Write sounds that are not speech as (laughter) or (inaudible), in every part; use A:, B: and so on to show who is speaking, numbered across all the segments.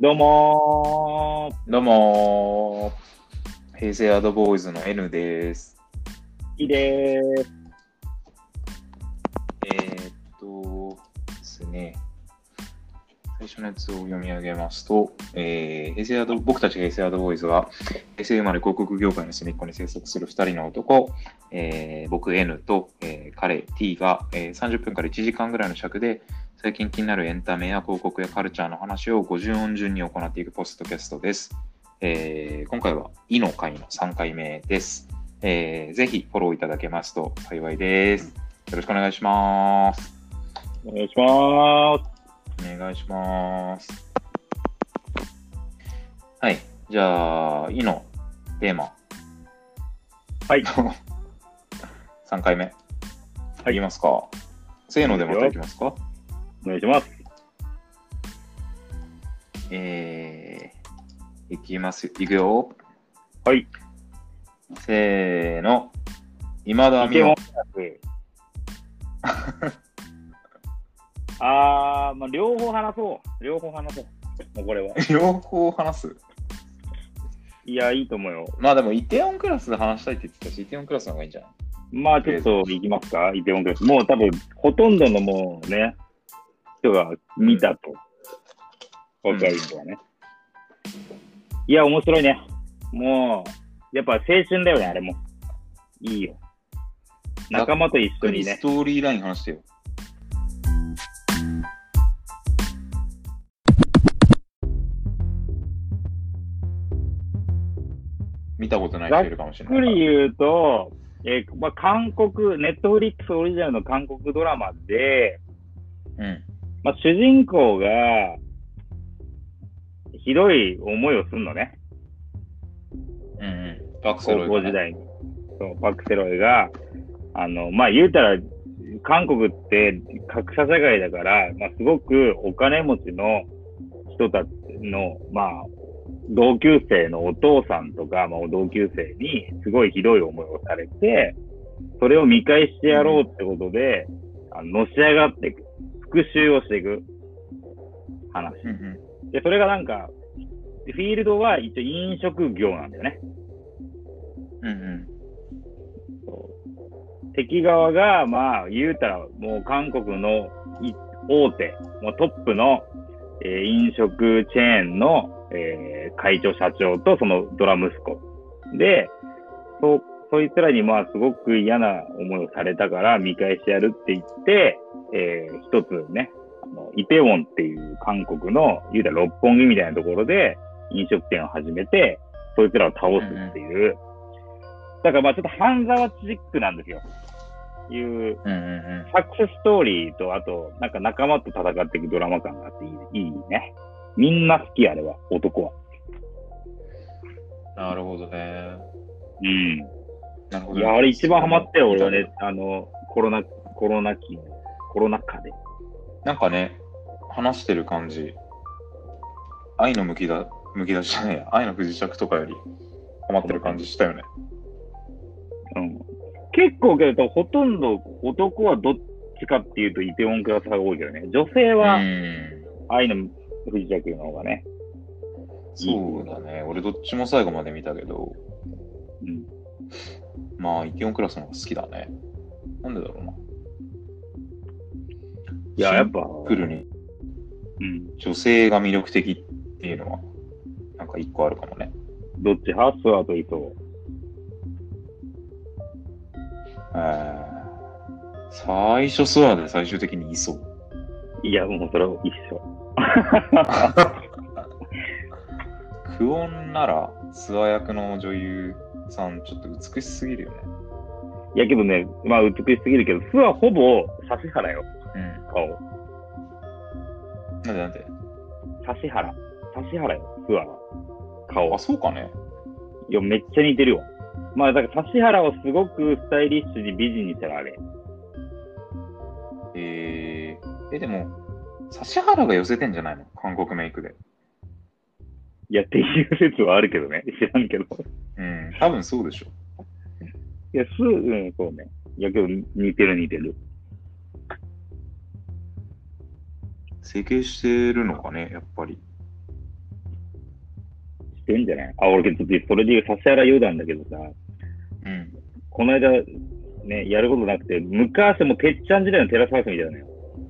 A: どうも
B: どうもー平成アドボーイズの N です。
A: ー、いいでーす。
B: えー、っとですね、最初のやつを読み上げますと、えー平成アド僕たち平成アドボーイズは、平成生まれ広告業界の隅っこに生息する2人の男、えー僕 N と、えー彼 T が、えー30分から1時間ぐらいの尺で、最近気になるエンタメや広告やカルチャーの話を50音順に行っていくポストキャストです。えー今回は「い」の回の3回目です、えーぜひフォローいただけますと幸いです。よろしくお願いします。
A: お願いしまーす。
B: お願いします。はい。じゃあ、いのテーマ。 (laughs)
A: はい。
B: 3回目。はい。いきますか。せーのでまたいきますか。
A: お願いします。
B: えー、いきます。いくよ。
A: はい。
B: せーの。今田美
A: も
B: 桜。
A: あー、まあ、両方話そう。両方話そう。もうこれは。
B: 両方話す。
A: いや、いいと思うよ。
B: まあでも、イテオンクラスで話したいって言ってたし、イテオンクラスの方がいいんじゃない
A: まあ、ちょっと行きますか。イテウォンクラス。もう多分、ほとんどのもうね、人が見たと。
B: うん
A: 若い人はね。いや、面白いね。もう、やっぱ青春だよね、あれも。いいよ。仲間と一緒にね
B: ス。トーリーライン話してよ。見たことない人いるかもしれ
A: ざっ
B: な
A: く
B: いから。
A: り言うと、えーまあ、韓国、ネットフリックスオリジナルの韓国ドラマで、
B: うん。
A: まあ、主人公が、ひどい思いをするのね。
B: うんうん。バクセ
A: 高
B: ロイ
A: 校時代に。そうパクセロイが、あの、まあ、言うたら、韓国って格差社会だから、まあ、すごくお金持ちの人たちの、まあ、同級生のお父さんとか、まあ、同級生にすごいひどい思いをされて、それを見返してやろうってことで、あののし上がっていく。復讐をしていく話。
B: うんうん。
A: で、それがなんか、フィールドは一応飲食業なんだよね。
B: うんうん。
A: 敵側が、まあ、言うたら、もう韓国のい大手、もうトップの、えー飲食チェーンの、えー会長社長とそのドラ息子。で、そ、そいつらにまあ、すごく嫌な思いをされたから見返してやるって言って、えー一つね、あの、イテウォンっていう韓国の、言うたら六本木みたいなところで飲食店を始めて、そいつらを倒すっていう、だからまあちょっと半沢チックなんですよ。いう、
B: うんうん
A: サクセスストーリーと、あと、なんか仲間と戦っていくドラマ感があっていいいいね。みんな好き、あれは、男は。
B: うん。なるほどね。
A: うん。
B: なるほど、
A: いや、あれ一番ハマったよ、俺はね。。あの、コロナ、コロナ期、コロナ禍で。
B: なんかね、話してる感じ。愛のむきだ、むき出しじゃないや。愛の不時着とかより、ハマってる感じしたよね。
A: うん。結構けど、ほとんど男はどっちかっていうと、イテウォンクラス派が多いけどね。女性
B: う
A: は、
B: ん。
A: 愛の不時着の方がね。
B: そうだね。俺どっちも最後まで見たけど、
A: うん。
B: まあ、イテオンクラスの方が好きだね。なんでだろうな。
A: いや、やっぱ、
B: クルに
A: うん。
B: 女性が魅力的っていうのは、なんか一個あるかもね。
A: どっち派スワーとイソ
B: えー最初スワーで最終的にいそう。
A: ウ。いや、もうそれは一緒。
B: クオンなら、スワ役の女優さん、ちょっと美しすぎるよね。
A: いやけどね、まあ美しすぎるけど、巣はほぼ指原よ、
B: うん。
A: 顔。
B: なんでなんで
A: 指原。指原よ、巣は。顔
B: あ、。そうかね。
A: いや、めっちゃ似てるわ。まあだから指原をすごくスタイリッシュに美人にしたらあれ。
B: えー、え、でも、指原が寄せてんじゃないの韓国メイクで。
A: いや、っていう説はあるけどね。知らんけど。
B: うん、多分そうでしょ。
A: いや、巣、うん、そうね。いやけど、似てる似てる。
B: 整形してるのかね、やっぱり。
A: ってんじゃないあ、俺、けどそれで言う、指原優なんだけどさ、
B: うん。
A: この間、ね、やることなくて、昔もうてっちゃん時代のテラスハウスみたいなのよ。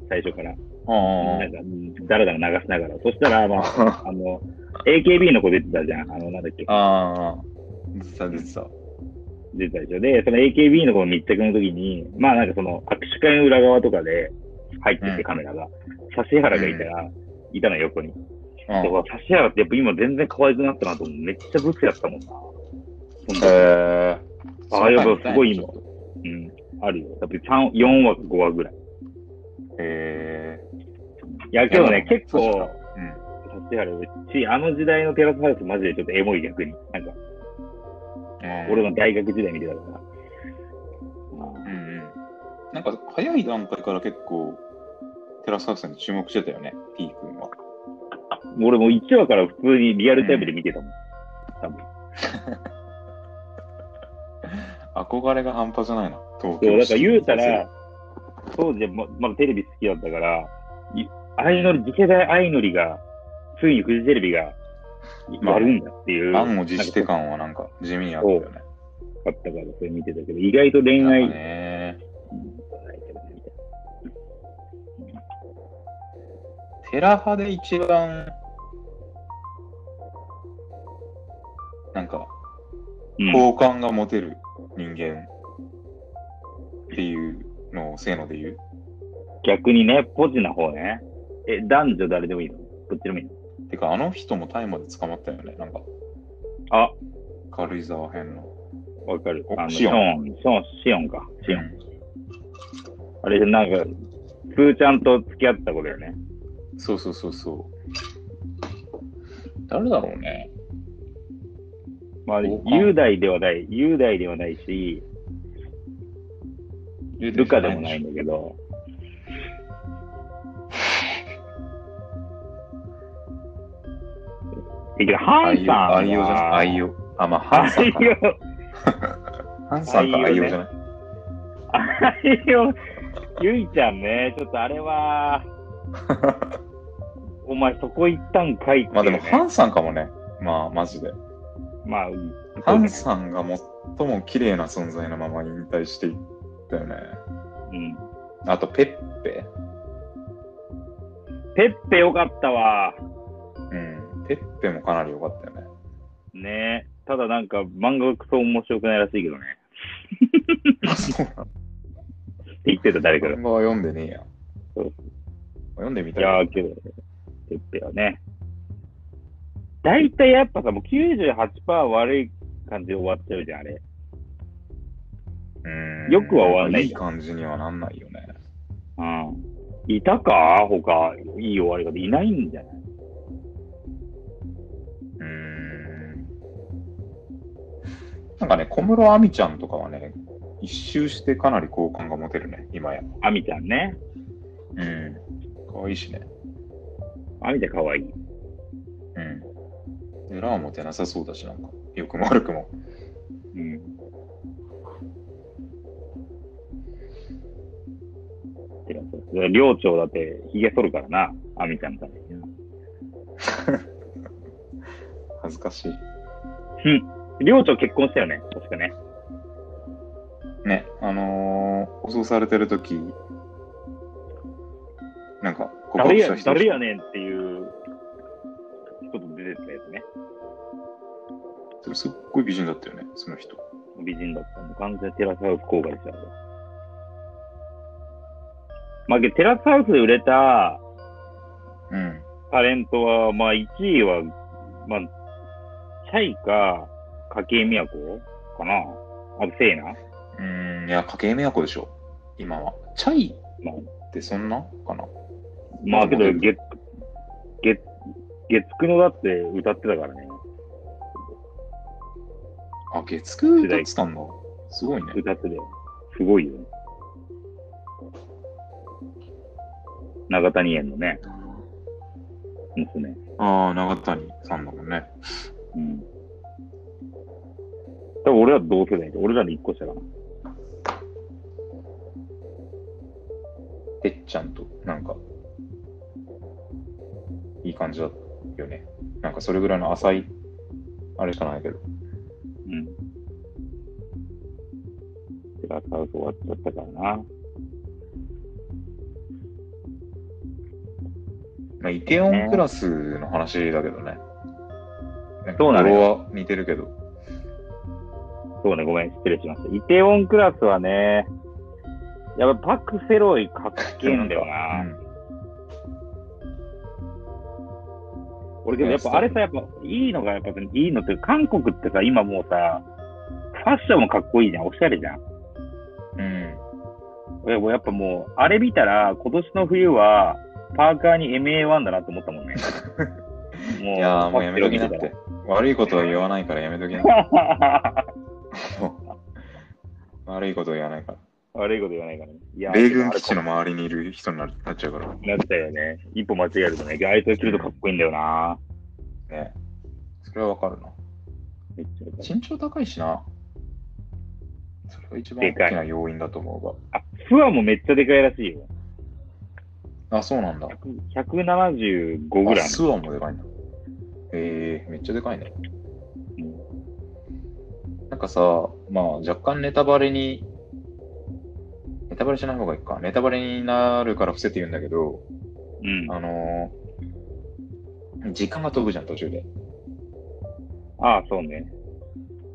A: 最初から。
B: あ
A: なんか、うんだらだら流しながら。そしたら、まあ、
B: あ。
A: あの、AKB の子出てたじゃん。あの、なんだっけ。
B: ああ。出てた、出てた。
A: 出てたでしょ。で、その AKB の子の密着の時に、まあなんかその握手会の裏側とかで入ってき
B: う
A: て
B: ん
A: カメラが、指原がいたら、いたのよ横に。
B: うん
A: で、うわ指原ってやっぱ今全然可愛くなったなと思う。めっちゃブスやったもんな。そんな
B: へー
A: ああやっぱすごい今
B: ちょっと
A: うん。あるよ。だって3 4話、5話ぐらい。
B: へ
A: いや、
B: え
A: けどね、結構、、
B: うん。
A: 指原うち、あの時代のテラスハウスマジでちょっとエモい逆に。なんか、俺
B: は。
A: の大学時代見てたから。まあ
B: うんうん。なんか、早い段階から結構、テラスハウスに注目してたよね、P 君は。
A: 俺も1話から普通にリアルタイムで見てたもん。多分。
B: 憧れが半端じゃないな、東京
A: そう、だから言うたら、、当時はままだテレビ好きだったから、い相乗り、次世代相乗りが、ついにフジテレビが、
B: まあ
A: やるんだっていう。
B: 満を持して感はなんか地味にあったよね。
A: あったから、それ見てたけど、意外と恋
B: な
A: 愛
B: んか、ねテラ派で一番、なんか、
A: うん、
B: 好感が持てる人間っていうのをせーので言う。
A: 逆にね、ポジな方ね。え、男女誰でもいいのどっちでもいいの
B: てか、あの人も大麻で捕まったよね、なんか。
A: あ、
B: 軽井沢編の。
A: わかる。
B: お
A: あの、シ
B: シ
A: オ
B: オ
A: ン、シオン、シオンか。シオン。
B: う
A: あれ、なんか、プーちゃんと付き合った子だよね。
B: んそうそうそうそう。誰だろうね。
A: まあ、
B: そうか
A: 雄大ではない、雄大ではないし、ルカでもないんだけど、いや、ハ
B: アイ
A: ンさんは。
B: オ、アイオじゃない。アイオ。あ、まあ、ハンさんかな。ハンさんかアイオじゃない。
A: アイオ、アイオ、ゆいちゃんね、ちょっとあれ (laughs) は、お前そこ行ったんかいっていう、ね。
B: まあでも、ハンさんかもね。まあ、マジで。
A: まあ、
B: ハンさんが最も綺麗な存在のまま引退していったよね。
A: うん。
B: あと、ペッペ。
A: ペッペよかったわ。
B: うん。ペッペもかなり良かったよね。
A: ねただなんか、漫画がクソ面白くないらしいけどね。
B: あ、そうなんだ。
A: って言ってた、誰かが。
B: 漫画は読んでねえや
A: そう。
B: 読んでみ
A: い
B: たい。
A: やー、けど、てっぺはね。大体やっぱさ、もう98%悪い感じで終わっちゃうじゃん、あれ。
B: うん
A: よくは終わんない
B: いい感じにはなんないよね。
A: うん。いたか他、いい終わり方いないんじゃないう
B: ーん。なんかね、小室亜美ちゃんとかはね、一周してかなり好感が持てるね、今や。
A: あみちゃんね。
B: うん。かわいいしね。
A: あみちゃんかわいい。
B: うん。エラーも出なさそうだし、なんか、良くも悪くも。
A: うん。てかそう寮長だって、髭剃るからな、あみちゃんみたいに。
B: 恥ずかしい。
A: 寮長結婚したよね、確かね。
B: ね、あのー、放送されてるとき、なんか、告白
A: 誰や
B: した人
A: 誰やねんっていう人と出てたやつね。
B: すっごい美人だったよね、その人。
A: 美人だったもう完全にテラスハウス後悔しちゃうわまあ、けどテラスハウスで売れた
B: うん。
A: タレントは、まあ、1位は、まあ、チャイか、筧美和子かなあと、セイナ
B: うーん、いや、家計迷惑でしょ、今は。チャイ
A: まあ、
B: ってそんなかな。
A: まあ、けど、月、月、月9のだって歌ってたからね。
B: あ、月9だってたんだ。すごいね。
A: 歌ってたよ。すごいよね。長谷園のね、娘。
B: ああ、長谷さんだもんね。
A: うん。多分俺らと同世代で、俺らの一個下かな。
B: てっちゃんと、なんか、いい感じだよね。なんかそれぐらいの浅いあれしかないけど。
A: うん。テラスハウス終わっちゃったからな。
B: まあ、イテオンクラスの話だけどね。
A: そうなのよ
B: 語呂は似てるけど。
A: そうね、ごめん、失礼しました。イテウォンクラスはね、やっぱパク・セロイかっけえんだよ
B: う
A: な。
B: ん
A: 俺けどやっぱあれさ、やっぱいいのが、やっぱいいのって、韓国ってさ、今もうさ、ファッションもかっこいいじゃん、おしゃれじゃん。
B: うん。
A: 俺もうやっぱもう、あれ見たら、今年の冬は、パーカーに MA1 だなと思ったも
B: (laughs)
A: んね。も
B: いやーもうやめときなっ
A: パクセロイ見
B: て。悪いことは言わないからやめときなもう (laughs) 悪いことは言わないか
A: たら悪いこと言わないからね。いや
B: ら。
A: ー
B: 米軍基地の周りにいる人になるなっちゃうから。
A: なったよね。一歩間違えるとね、あいつが着るとかっこいいんだよな。
B: ね。それはわかるな。
A: めっちゃよかった
B: 身長高いしな。それが一番大きな要因だと思う
A: あ、フワもめっちゃでかいらしいよ。
B: が。あ、そうなんだ。
A: 100 175ぐら
B: あ
A: い。
B: スワンもでかいんだ。えー、めっちゃでかいね。
A: うん
B: なんかさ、まあ若干ネタバレに、ネタバレしない方がいいか。ネタバレになるから伏せて言うんだけど、
A: うん。
B: あのー時間が飛ぶじゃん、途中で。
A: ああ、そうね。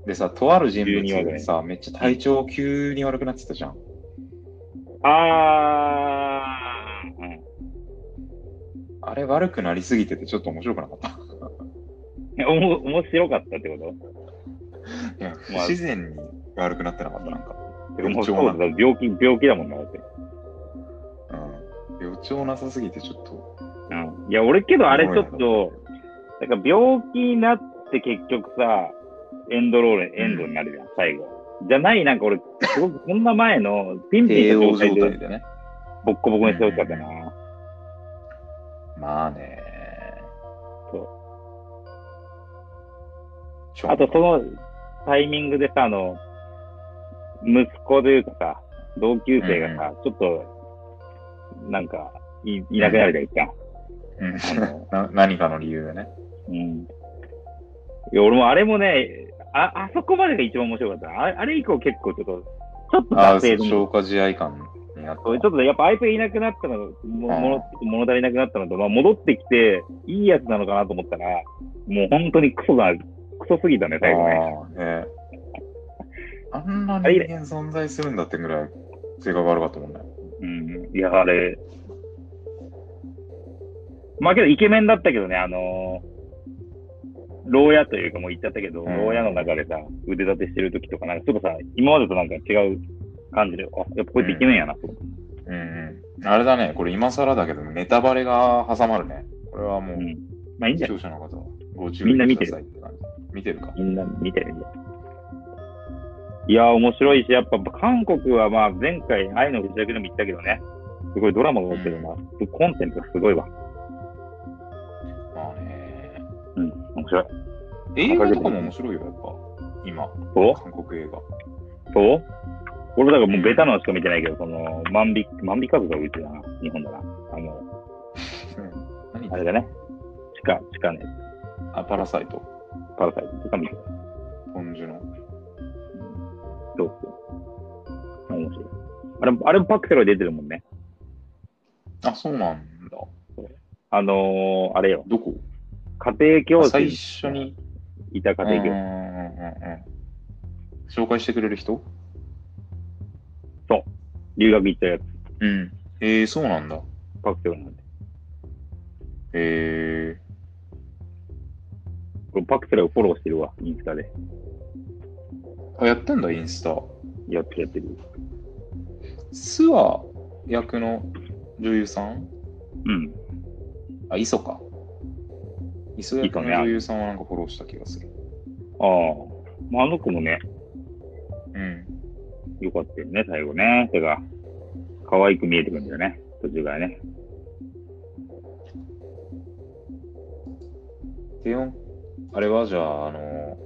B: でさ、とある人
A: 急に悪
B: 物
A: い
B: でさ、めっちゃ体調急に悪くなってたじゃん。
A: ああ、うん。
B: あれ悪くなりすぎててちょっと面白くなかった。
A: えおも面白かったってこと
B: いや、不自然に悪くなってなかった、なんか。
A: でももう
B: 貴
A: そう
B: 重な
A: だ、病気、病気だもんな、だって。
B: うん。予兆なさすぎてちょっと。
A: うん。いや、俺けどあれちょっと、なんか病気になって結局さ、エンドロール、エンドになるじゃん、最後。じゃない、なんか俺、すごくこんな前の、ピンピ
B: 帝
A: ンの
B: 王
A: 状態
B: 状態
A: で
B: でね。
A: ボッコボコにしてほしかったな。
B: まあね。
A: そう
B: ちょ。
A: あとそのタイミングでさ、あの、息子というかさ、同級生がさ、ちょっと、なんか、いいなくなるじゃん、
B: うん (laughs)
A: 一旦。あ
B: な
A: の
B: 何かの理由でね。
A: うん。いや、俺もあれもね、あ、あそこまでが一番面白かったな。あれあれ以降結構ちょっと、ちょっと
B: ああ、
A: 達成済み
B: 消化試合感になっ
A: そうち
B: た。
A: ょっとやっぱあいつがいなくなったの、ももの物足りなくなったのと、まあ、戻ってきて、いいやつなのかなと思ったら、もう本当にクソだ、クソすぎたね、最後ね。
B: あーね。あんな人間存在するんだってぐらい性格悪かったもんね。
A: うん。いや、あれ。まあけど、イケメンだったけどね、あのー牢屋というかもう言っちゃったけど、
B: うん
A: 牢屋の中でさ、腕立てしてる時とか、なんかちょっとさ、今までとなんか違う感じで、あ、やっぱこいつイケメンやな、と思って
B: うんうん。あれだね。これ今更だけど、ネタバレが挟まるね。これはもう
A: う、ん。まあいいんじゃ
B: 視
A: ない
B: 聴者の方はご注
A: みんな
B: 意
A: 見
B: く
A: て
B: だ
A: る
B: さいって感じ。見てるか。
A: みんな見てるんだ。いやー、面白いし、やっぱ韓国はまあ前回、愛の不時着でも言ったけどね、すごいドラマが多いけどな、コンテンツがすごいわ。
B: まあね。
A: うん、面白い。
B: 映画とかも面白いよ、やっぱ。今、
A: そう
B: 韓国映画。
A: そう俺だからもうベタなのしか見てないけど、その、万引き、万引き家族がうちだな、日本だな。あの、
B: 何
A: あれだね。地下、地下ね、
B: あ、パラサイト。
A: パラサイトとか見てる。
B: ポンジュの。
A: どうする面白い。あれ、あれもパクセロイ出てるもんね。
B: あ、そうなんだ。
A: あのー、あれよ、
B: どこ
A: 家庭教師
B: 最初に。
A: いた家
B: う
A: 庭
B: ん
A: 教
B: うんうん
A: 師。
B: うん紹介してくれる人
A: 留学行ったやつ、
B: うん。えー、そうなんだ。
A: パクセロイなんで。
B: えー。
A: これパクセロイをフォローしてるわ、インスタで。
B: あ、やってんだ、インスタ。
A: やってるやってる。
B: スワ役の女優さん
A: うん。
B: あ、イソか。イソ役の女優さんはなんかフォローした気がする。
A: ああ。まあ、あの子もね、
B: うん。
A: よかったよね、最後ね。てか、可愛く見えてくるんだよね、途中からね。
B: テヨン、あれはじゃあ、あの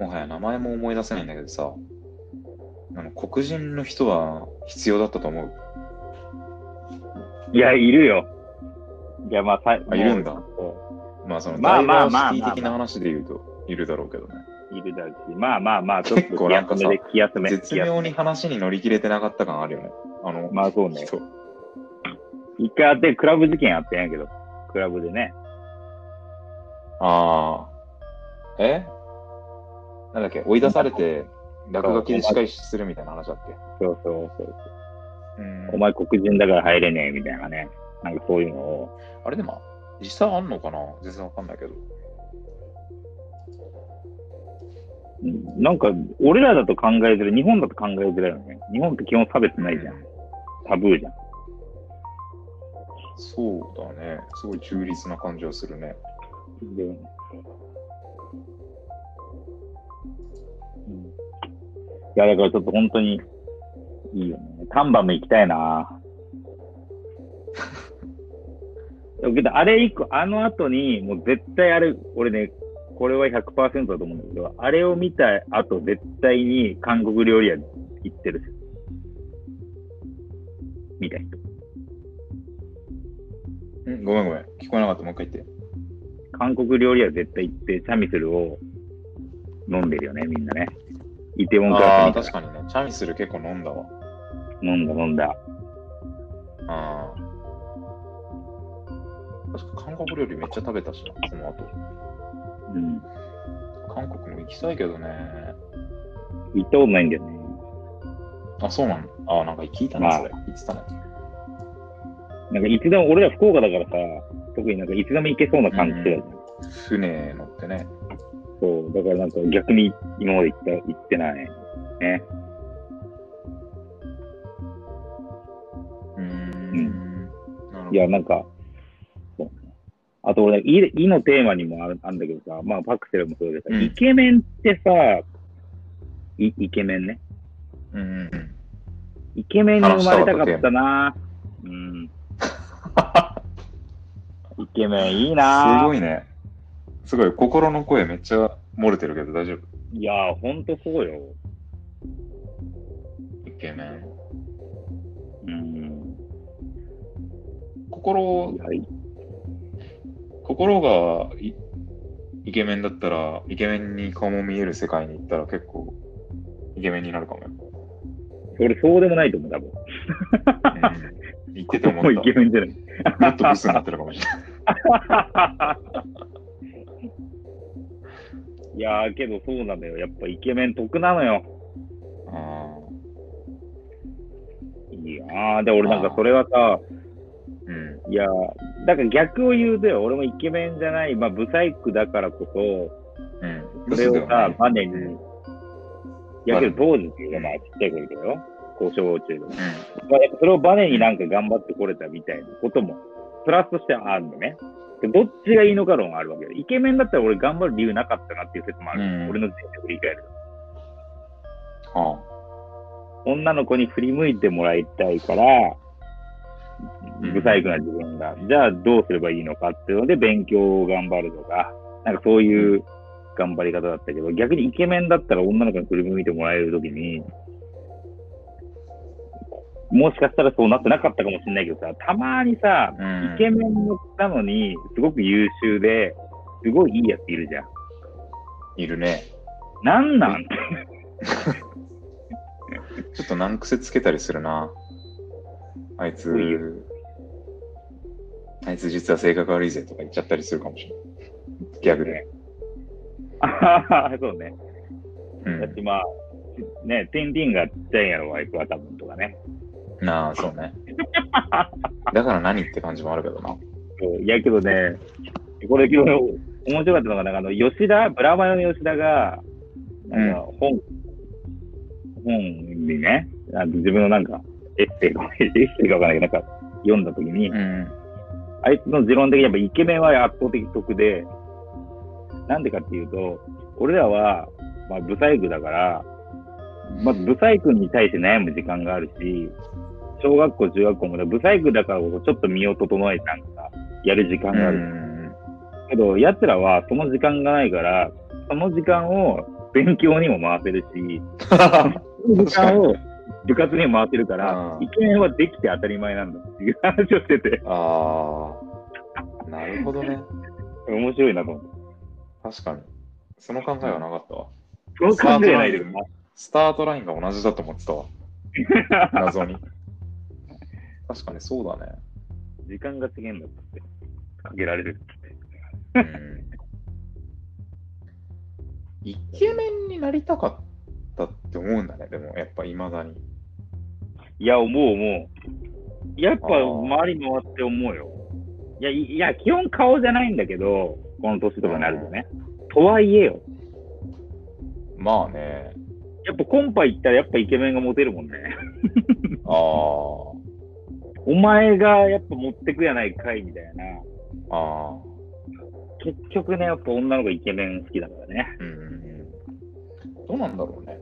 B: もはや名前も思い出せないんだけどさ、あの黒人の人は必要だったと思う。
A: いや、いるよ。いや、まあ、さ
B: あ、いるんだ。
A: もう
B: まあその
A: ま
B: ダ
A: あ
B: イバ
A: まあまあまあ
B: ーシティ的な話で言うと、いるだろうけどね。
A: いるだろうし、まあまあまあ、ちょっと
B: 結構
A: 気
B: なんか
A: 休
B: さ
A: めで気休め。
B: 絶
A: 気休め
B: 妙に話に乗り切れてなかった感あるよね。あの、
A: まあそうね。
B: 人
A: 一回あって、クラブ事件あったんやけど、クラブでね。
B: ああ。えなんだっけ追い出されて、落書きで仕返しするみたいな話だっけ
A: そうそうそう。
B: うん
A: お前黒人だから入れねえみたいなね。なんかそういうのを。
B: あれでも、実際あんのかな全然わかんないけど。
A: うんなんか、俺らだと考えづらい。日本だと考えづらいよね。日本って基本差別ないじゃん。タブーじゃん。
B: そうだね。すごい中立な感じはするね。
A: で、うん、いや、だからちょっと本当に、いいよね。丹波も行きたいな。だけど、あれ一個、あの後に、もう絶対あれ、俺ね、これは100%だと思うんだけど、あれを見た後、絶対に韓国料理屋行ってる。みたいな。
B: うん、ごめんごめん。聞こえなかった。もう一回言って。
A: 韓国料理屋絶対行って、チャミスルを飲んでるよね、みんなね。イテウォンク
B: あ
A: ラ
B: あ、
A: スみ
B: 確かにね。チャミスル結構飲んだわ。
A: たいな飲んだ飲んだ。
B: ああ。確か韓国料理めっちゃ食べたしな、その後。
A: うん。
B: 韓国も行きたいけどね。
A: 行ったことないんだよね。
B: あ、そうなのああ、なんか聞いたな、
A: まあ
B: それ。言ってたね。
A: なんかいつでも、俺ら福岡だからさ、特になんかいつでも行けそうな感じだよね。
B: 船乗ってね。
A: そう、だからなんか逆に今まで行った行ってない。ね。
B: うーん。なるほ
A: い
B: ど。
A: や、なんか、そうあと俺、いいのテーマにもあるあんだけどさ、まあパクセルもそうでさ、
B: うん
A: イケメンってさ、いイケメンね。
B: うんうんうん。
A: イケメンに生まれたかったな。うん。イケメンいいな。
B: すごいね。すごい。心の声めっちゃ漏れてるけど大丈夫。
A: いやー、ほんとそうよ。
B: イケメン。
A: うん。
B: 心
A: い、やい
B: 心がイイケメンだったら、イケメンに顔も見える世界に行ったら結構イケメンになるかもよ。
A: 俺、そうでもないと思う、多分。
B: うん、言ってて思
A: もう
B: っ
A: イケメン (laughs) じゃない。
B: た。もっとブスになってるかもしれない。
A: いやー、けどそうなのよ。やっぱイケメン得なのよ。
B: あ
A: いやー、で、俺なんかそれはさ、
B: ーうん。
A: いやー、だから逆を言うとよ。俺もイケメンじゃない、まあ、ブサイクだからこそ、
B: うん。
A: それをさ、
B: ブ
A: マネに、いやけど当時っていうのはまあちっちゃい頃だよ。高小中でも
B: スだよね
A: まあ、やっぱそれをバネになんか頑張ってこれたみたいなことも、プラスとしてはあるのね。でどっちがいいのか論あるわけで。イケメンだったら俺頑張る理由なかったなっていう説もある。
B: うん
A: 俺の人生を振り返ると。
B: うん。は
A: 女の子に振り向いてもらいたいから、
B: うん
A: 不細工な自分が、じゃあどうすればいいのかっていうので、勉強を頑張るとか、なんかそういう頑張り方だったけど、逆にイケメンだったら女の子に振り向いてもらえるときに、もしかしたらそうなってなかったかもしれないけどさ、たまにさ、
B: あ。うん。
A: イケメンなのに、すごく優秀で、すごいいいやついるじゃん。
B: いるね。
A: なんなん
B: ちょっと難癖つけたりするな。あいつ
A: うい、
B: あいつ実は性格悪いぜとか言っちゃったりするかもしれない。ギャグで。
A: あそうね。
B: う
A: だってまあ、ね、テンティンがちっちゃいんやろ、ワイプは多分とかね。
B: ん。なあ、そうね。だから何って感じもあるけどな。
A: そういやけどね、これ今日面白かったのが、なんかあの、吉田、ブラマヨの吉田が、なんか本、本にね、あの自分のなんか、 (laughs) エッセイが、エッセイがわからないけど、なんか読んだときに、
B: うん。
A: あいつの持論的にやっぱイケメンは圧倒的得で、なんでかっていうと、俺らは、まあ、ブサイクだから、まず、ブサイクに対して悩む時間があるし、小学校、中学校もね、ブサイクだからこそちょっと身を整えてなんか、やる時間
B: う
A: があ
B: (laughs)
A: る。
B: ん。
A: けど、奴らはその時間がないから、その時間を勉強にも回せるし、その時間を部活にも回せるから
B: う、ん
A: イケメンはできて当たり前なんだっていう話をしてて、
B: ああ。なるほどね。
A: 面白いなと思って。
B: 確かに。その考えはなかったわ。
A: そう考えないでくだ
B: スタートラインが同じだと思ってたわ。謎に。確かにそうだね。
A: (laughs) 時間が制限だったって。かけられるって。
B: うんイケメンになりたかったって思うんだね、でもやっぱいまだに。
A: いや、思う思う。やっぱ
B: あー
A: 周り回って思うよ。いや、いいや、基本顔じゃないんだけど、この年とかになるとね。とはいえよ。
B: まあね、
A: やっぱコンパ行ったらやっぱイケメンがモテるもんね。 (laughs)
B: あー
A: お前がやっぱ持ってくやないかいみたいな。
B: あー、
A: 結局ね、やっぱ女の子イケメン好きだからね。
B: うんうんうん。どうなんだろうね。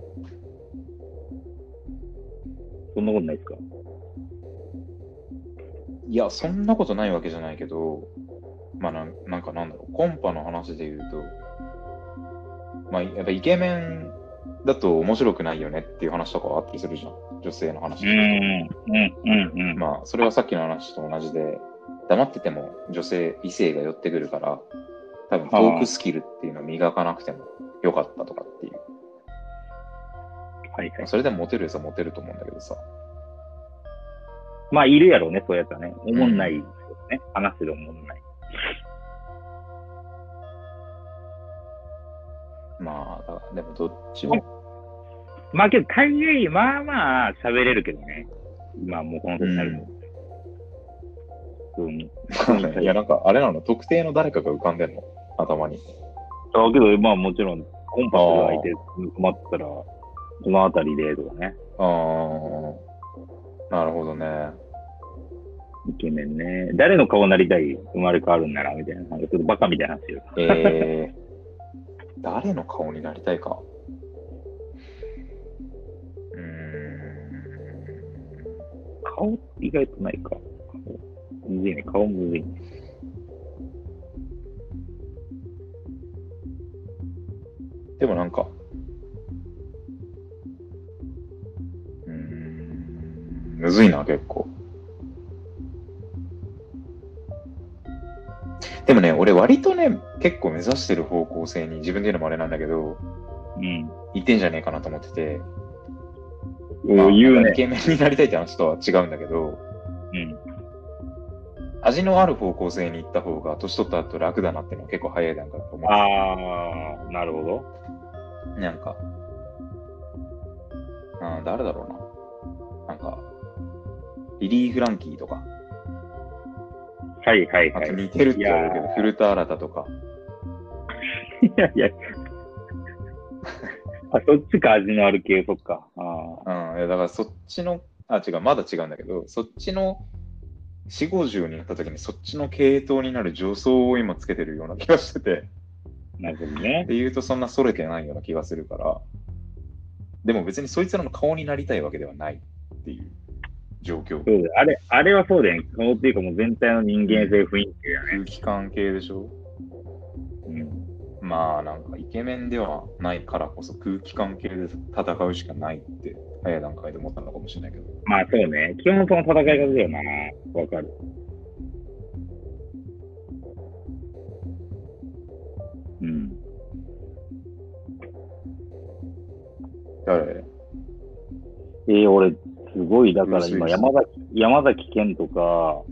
A: そんなことないですか
B: いや、そんなことないわけじゃないけど、まあなんなんかなんだろう、コンパの話で言うと、まあやっぱイケメンだと面白くないよねっていう話とかはあったりするじゃん、女性の話
A: う
B: で言うと。
A: ん、うん、うん、うん。
B: まあ、それはさっきの話と同じで、黙ってても女性、異性が寄ってくるから、多分トークスキルっていうのを磨かなくてもよかったとかっていう。
A: はいはい。
B: それでもモテるやつはモテると思うんだけどさ。
A: まあ、いるやろうね、そういうやつはね。おもんないですよね。話でおもんない。
B: まあ、だでもどっちも。
A: まあ、けど、大概、まあまあ、喋れるけどね。今、もうこの年になると。うん。 (laughs)
B: いや、なんかあれなの、特定の誰かが浮かんでんの、頭に。
A: だけど、まあ、もちろん、コンパクトで相手困ったら、そのあたりで、とかね。
B: ああ、なるほどね。
A: イケメンね。誰の顔になりたい生まれ変わるんなら、みたいな。なんかちょっとバカみたいな話よ。
B: えー、誰の顔になりたいか。うーん。
A: 顔意外とないか。むずいね。顔むずいね。
B: でもなんか、うーん、むずいな、結構。でもね、俺割とね、結構目指してる方向性に自分で言うのもあれなんだけど、
A: うん。
B: いってんじゃねえかなと思ってて、まあ
A: お言う
B: なんかイ
A: ね。
B: ケメンになりたいって話とは違うんだけど、
A: うん。
B: 味のある方向性に行った方が、年取った後楽だなっていうのは結構早い段階だと思う。
A: あー、なるほど。
B: なんか、うん、誰だろうな。なんか、リリー・フランキーとか、
A: はいはい
B: あ
A: はい
B: と。似てるって言われるけ
A: い
B: ど
A: や、ー
B: 古田新太とか、
A: いやいや。 (laughs) あ、そっちか、味のある系、そっか。あ
B: うん、いやだからそっちの、あ、違う、まだ違うんだけど、そっちの、4 50になった時にそっちの系統になる助走を今つけてるような気がしてて、
A: ーなるほどね。
B: で言うとそんなそれてないような気がするから、でも別にそいつらの顔になりたいわけではないっていう状況。
A: そうだよあれ、あれはそうだよね。顔っていうか、もう全体の人間性、雰囲気がね。
B: 空気関係でしょ
A: うん。
B: まあなんかイケメンではないからこそ空気関係で戦うしかないって早い段階で思ったのかもしれないけど。
A: まあそうね。基本その戦い方だよな。わかる。うん。
B: 誰 (laughs)
A: えー、俺、すごい、だから今、
B: うん
A: 山崎、山崎健とか、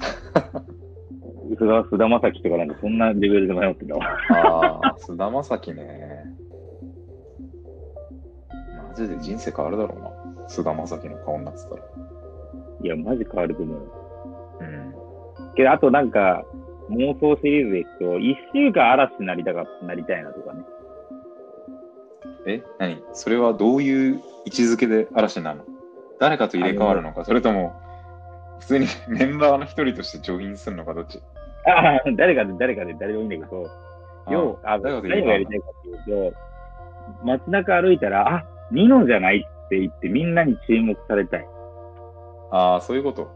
A: 菅菅田将暉とかなんかそんなレベルで迷ってたわ。 (laughs)
B: ああ、菅田将暉ね。マジで人生変わるだろうな。菅田将暉の顔になってたら。
A: いや、マジ変わると思う。
B: うん。
A: けど、あとなんか、妄想シリーズでいくと、一週間嵐になりたかった、なりたいなとかね。
B: え何それはどういう位置づけで嵐なの誰かと入れ替わるのかそれとも普通に (laughs) メンバーの一人として上品するのかどっち
A: ああ、誰かで、誰かで、誰でもいいんだけど、要は、あ
B: 誰かと入
A: 何が
B: れ替わる
A: やり
B: の
A: たいかっていうと、街中歩いたら、あ、ニノじゃないって言って、みんなに注目されたい。
B: ああ、そういうこと。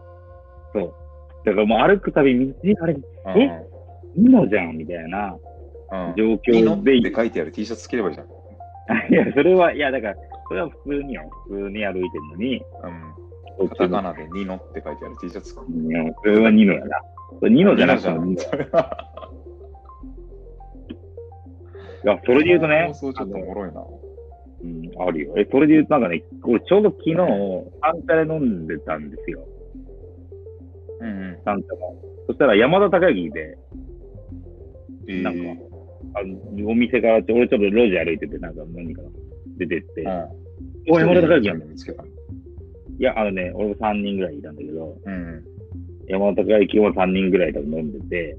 A: そう。だからもう歩くたび、道にあれ、
B: うん
A: えニノじゃんみたいな
B: うん
A: 状
B: いいの
A: 況
B: っ
A: で
B: て書いてある T シャツ着ればいいじゃん。
A: (laughs) いや、それは、いや、だから、それは普通によ。普通に歩いてるのに、
B: うん。カタカナでニノって書いてある T シャツ。
A: いやそれはニノやな。それニノじゃなくてもニノ
B: ニノじゃん
A: いや、それで言うとね
B: 放、送ちょっとおもろいな。
A: うん、あるよ。え、それで言うとなんかね、俺ちょうど昨日、三茶で飲んでたんですよ。
B: うんう
A: 三茶も。そしたら山田孝之で、
B: ん。えー、
A: なんかあのお店からちょ、俺ちょっと路地歩いてて、なんか何か出てって、
B: うん、
A: おい、山田孝之やん。い
B: 見つけた。
A: や、あのね、俺も3人ぐらいいたんだけど、
B: うん。
A: 山田孝之も3人ぐらい多分飲んでて、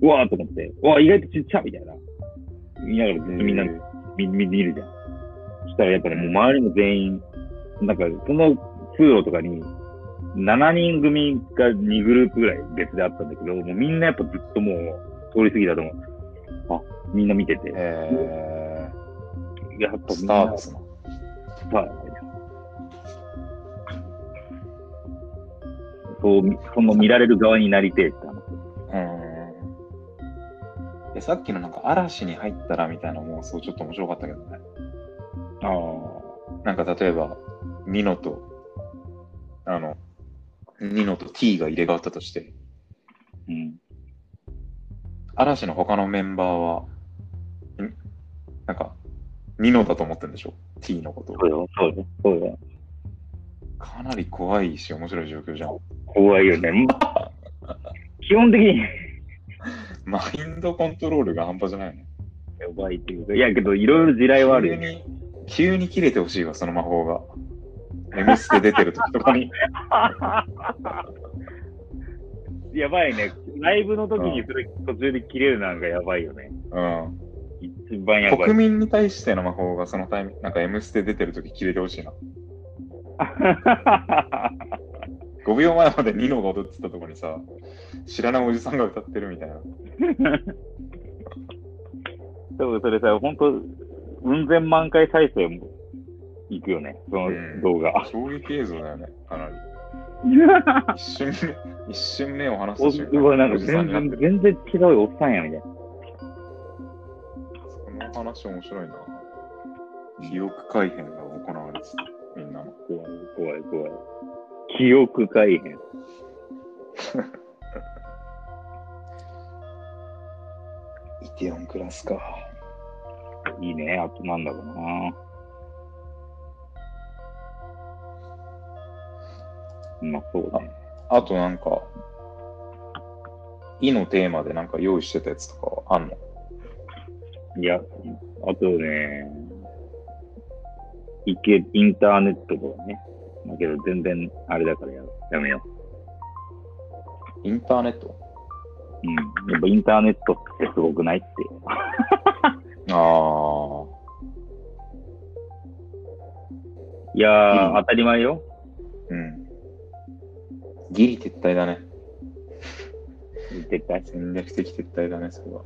A: うわーと思って、うわー、意外とちっちゃみたいな。見ながらずっとみんな
B: えー
A: 見見見るじゃん。そしたらやっぱね、もう周りも全員、なんかその通路とかに、7人組が2グループぐらい別であったんだけど、もうみんなやっぱずっともう通り過ぎたと思う。あ、みんな見てて。やっ
B: え
A: ぱみんな
B: ー、スターですな。
A: スターそう、その見られる側になりてえって話。
B: うん。でさっきのなんか嵐に入ったらみたいな妄想ちょっと面白かったけどね。
A: あ
B: なんか例えば、ニノと、あの、ニノと T が入れ替わったとして、
A: うん。
B: 嵐の他のメンバーは、んなんか、ニノだと思ってるんでしょ ?T のことを
A: そうよ、そうよ、そうよ。
B: かなり怖いし、面白い状況じゃん。
A: 怖いよね。 (laughs) 基本的に
B: マインドコントロールが半端じゃないよね。
A: やばいっていうか、いやけど、いろいろ地雷はある (laughs) よね。
B: 急に、急に切れてほしいわ、その魔法が。M ステ出てる時とかに。
A: やばいね。ライブの時にそれ途中で切れるなんかやばいよね。
B: うん。
A: 一番やばい (laughs)
B: 国。民に対しての魔法がそのタイミング、なんか M ステ出てる時切れてほしいな。5秒前までニノが踊ってたとこにさ、知らないおじさんが歌ってるみたいな。
A: 多分それさ、本当うん千万回再生もいくよね、その動画。
B: 衝撃映像だよね、かなり。一瞬 (laughs) 目、一瞬目を離す瞬
A: うわ、な
B: 間お
A: んか
B: じさん
A: 全
B: になって
A: 然
B: る。
A: 全然違うよおっさんやみたいな。
B: その話面白いな。記憶改変が行われてた、みんなの。
A: 怖い、怖い、怖い。記憶改変。
B: イテオンクラスか。
A: いいね、あとなんだろうな。まあそうだね。
B: あとなんか、イのテーマでなんか用意してたやつとかはあんの
A: いや、あとね、いけ、インターネットとかね。だけど全然あれだからややめよ
B: インターネット
A: う。うん。やっぱインターネットってすごくないって。
B: あ
A: いやー、
B: うん
A: 当たり前よ。
B: あ、うん。ギリ撤退だね。
A: 絶対。
B: 戦略的撤退だね、それは。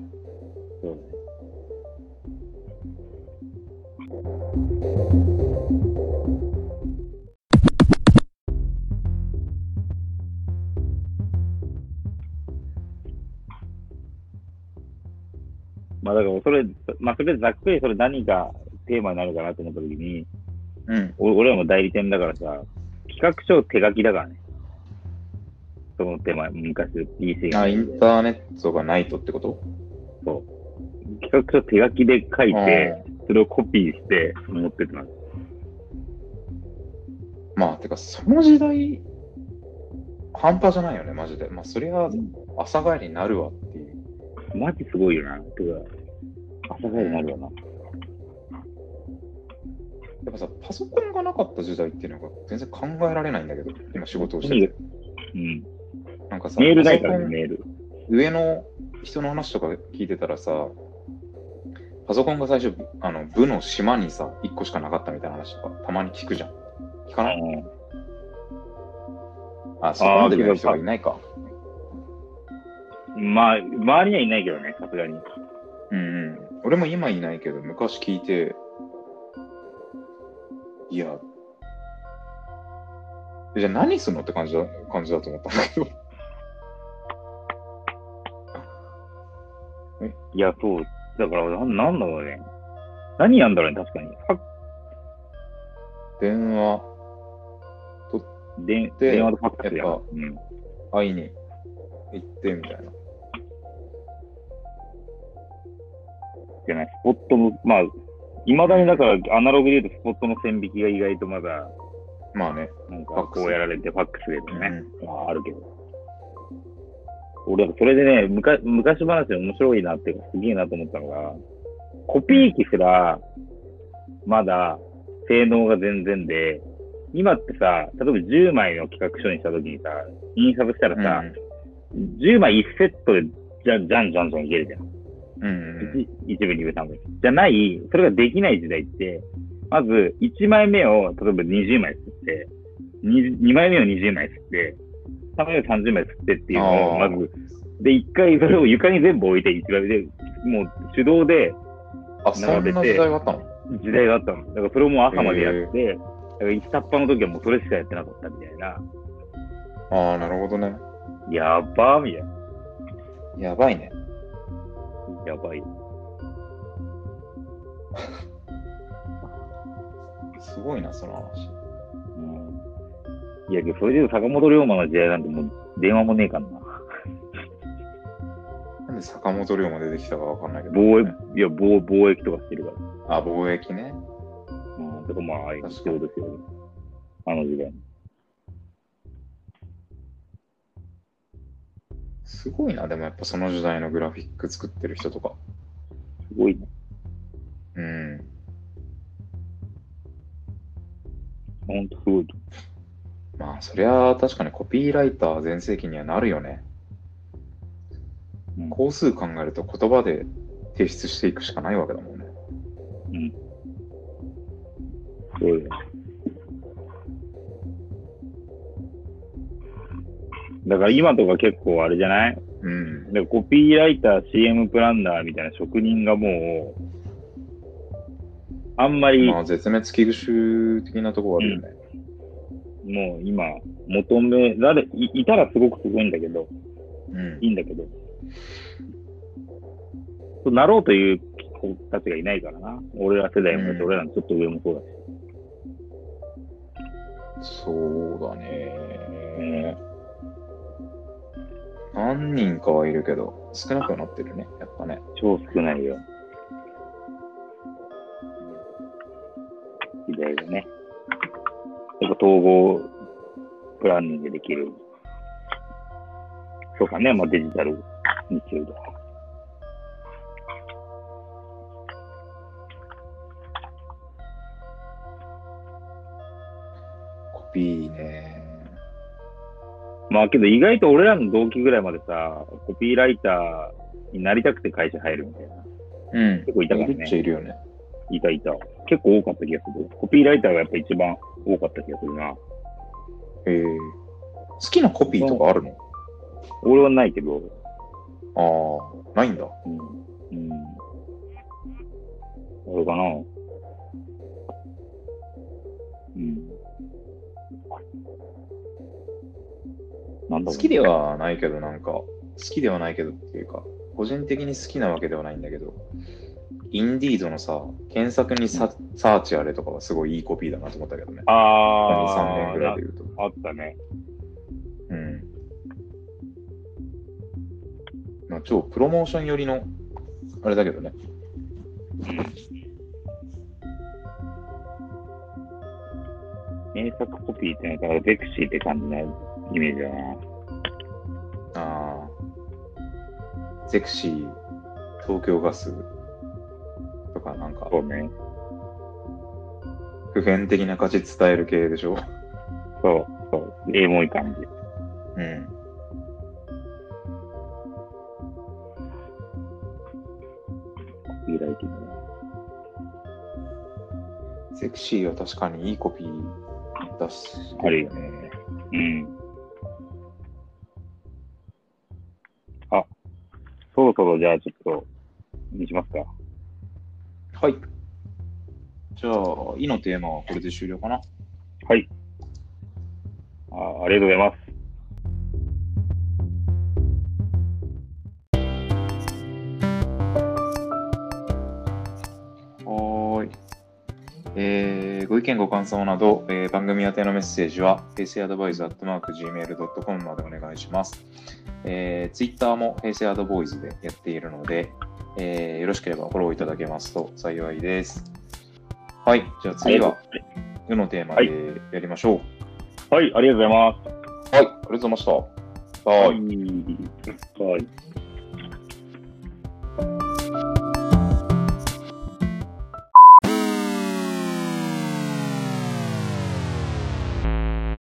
A: そうだね。まあだからそれ、まあそれざっくりそれ何がテーマになるかなと思った時に、
B: うん。
A: お俺らも代理店だからさ、企画書手書きだからね。その手前、昔 PC が
B: あ、
A: ね。
B: インターネットがないとってこと
A: そう。企画書手書きで書いて、それをコピーして持ってってます。
B: うんまあ、てか、その時代、半端じゃないよね、マジで。まあ、そりゃ、朝帰りになるわっていう。
A: マジすごいよな。てか、朝帰りになるよな。
B: やっぱさ、パソコンがなかった時代っていうのが全然考えられないんだけど、今仕事をしてて。
A: うん。
B: なんかさ、
A: メールないからね、
B: パソ
A: メール。
B: コン上の人の話とか聞いてたらさ、パソコンが最初、あの部の島にさ、1個しかなかったみたいな話とか、たまに聞くじゃん。聞かない
A: うん
B: あ、そこまで見る人がいないか。
A: まあ、周りにはいないけどね、さすがに。
B: うんうん。俺も今いないけど、昔聞いて、いや、じゃあ何すんのって感じだ感じだと思ったんだけど。 (laughs)
A: いや、そう。だから、なんなんだろうね。何やんだろうね、確かに。ファ
B: 電話、
A: ッ電
B: で
A: 電話とファックスやん
B: やっぱ
A: うん。
B: 会いに行ってみたいな。
A: じゃない、スポットも、まあ、いまだにだから、アナログで言うと、スポットの線引きが意外とまだ、
B: まあね。
A: なん
B: ファ
A: か
B: ックス
A: こうやられて、ファックスでとかね、
B: う
A: まあ、あるけど。俺、それでね、むか昔話で面白いなっていうか、すげえなと思ったのが、コピー機すら、まだ、性能が全然で、今ってさ、例えば10枚の企画書にしたときにさ、印刷したら
B: ん
A: さ、10枚1セットで、じゃんじゃんじゃんじゃんいけるじゃん。
B: うんうん
A: 一一部、二部、三部。じゃない、それができない時代って、まず1枚目を例えば20枚吸って、2, 2枚目を20枚吸って、3枚目を30枚吸ってっていうのを、
B: あ
A: ま
B: ー
A: ず、で、1回それを床に全部置いて、1枚目で、もう手動で
B: あ、そんな時代があったの
A: 時代があったの。だからそれをもう朝までやって、だから一タッパーの時はもうそれしかやってなかったみたいな。
B: ああ、なるほどね。
A: やばーみたいな。
B: やばいね。
A: やばい。
B: すごいな、その話。
A: うんいや、けどそれで言うと坂本龍馬の時代なんてもう電話もねえからな。
B: なんで坂本龍馬出てきたかわかんないけど、
A: 貿易、いや、貿貿易とかしてるから。
B: あ、貿易ね。
A: うん、とかまあ、ああいう仕
B: 確かに
A: 事ですよね。あの時代。
B: すごいな、でもやっぱその時代のグラフィック作ってる人とか。
A: すごいね。
B: うん。
A: ほんとすごいと。
B: まあ、そりゃ確かにコピーライター全盛期にはなるよね。
A: うん
B: 工数考えると言葉で提出していくしかないわけだもんね。
A: すごいね。だから今とか結構あれじゃない
B: うん。
A: でコピーライター、CM プランナーみたいな職人がもう、あんまり
B: まあ、絶滅危惧種的なとこはあるよね。
A: もう今、求められ、いいたらすごくすごいんだけど、
B: うん。
A: いいんだけど、そうなろうという子たちがいないからな。俺ら世代もだし、
B: うん
A: 俺らのちょっと上もそうだし。
B: そうだね。何人かはいるけど、少なくなってるね、やっぱね。
A: 超少ないよ。時代がね。やっぱ統合プランニングできる。そうかね、まあ、デジタルに強いだ。
B: コピーね。
A: まあけど意外と俺らの同期ぐらいまでさ、コピーライターになりたくて会社入るみたいな。
B: うん。
A: 結構いたからね
B: るっちゃいるよね。
A: いたいた。結構多かった気がする。コピーライターがやっぱ一番多かった気がするな。
B: えー、好きなコピーとかあるの
A: 俺はないけど、
B: ああ、ないんだ。
A: うん。うん。あれかな。うん。なんだろう
B: 好きではないけど、なんか、好きではないけどっていうか、個人的に好きなわけではないんだけど、インディードのさ、検索にサ,、サーチあれとかはすごいいいコピーだなと思ったけどね。3
A: あ
B: 年
A: ー
B: ぐらいで言うと。
A: あったね。
B: うん。まあ、超プロモーション寄りの、あれだけどね。
A: 名作コピーってね、だからベクシーって感じのイメージだな。
B: ああ。ゼクシー、東京ガスとかなんか、
A: そうね。
B: 普遍的な価値伝える系でしょ。
A: そう、そう。エモい感じ。
B: うん。
A: コピーライティングね。
B: ゼクシーは確かにいいコピーだし、
A: あるよ
B: ね。
A: うん。あ、そろそろじゃあちょっと、にしますか。
B: はい。じゃあ、いのテーマはこれで終了かな。
A: はい。あありがとうございます。
B: はーい。えーご意見、ご感想など、えー番組宛てのメッセージは、平成アドバイズアットマーク Gmail.com までお願いします。えー、Twitter も平成アドボーイズでやっているので、えーよろしければフォローいただけますと幸いです。はい、じゃあ次は、世のテーマ
A: はい
B: でやりましょう。
A: はい、ありがとうございます。
B: はい、ありがとうございました。はい。
A: はい。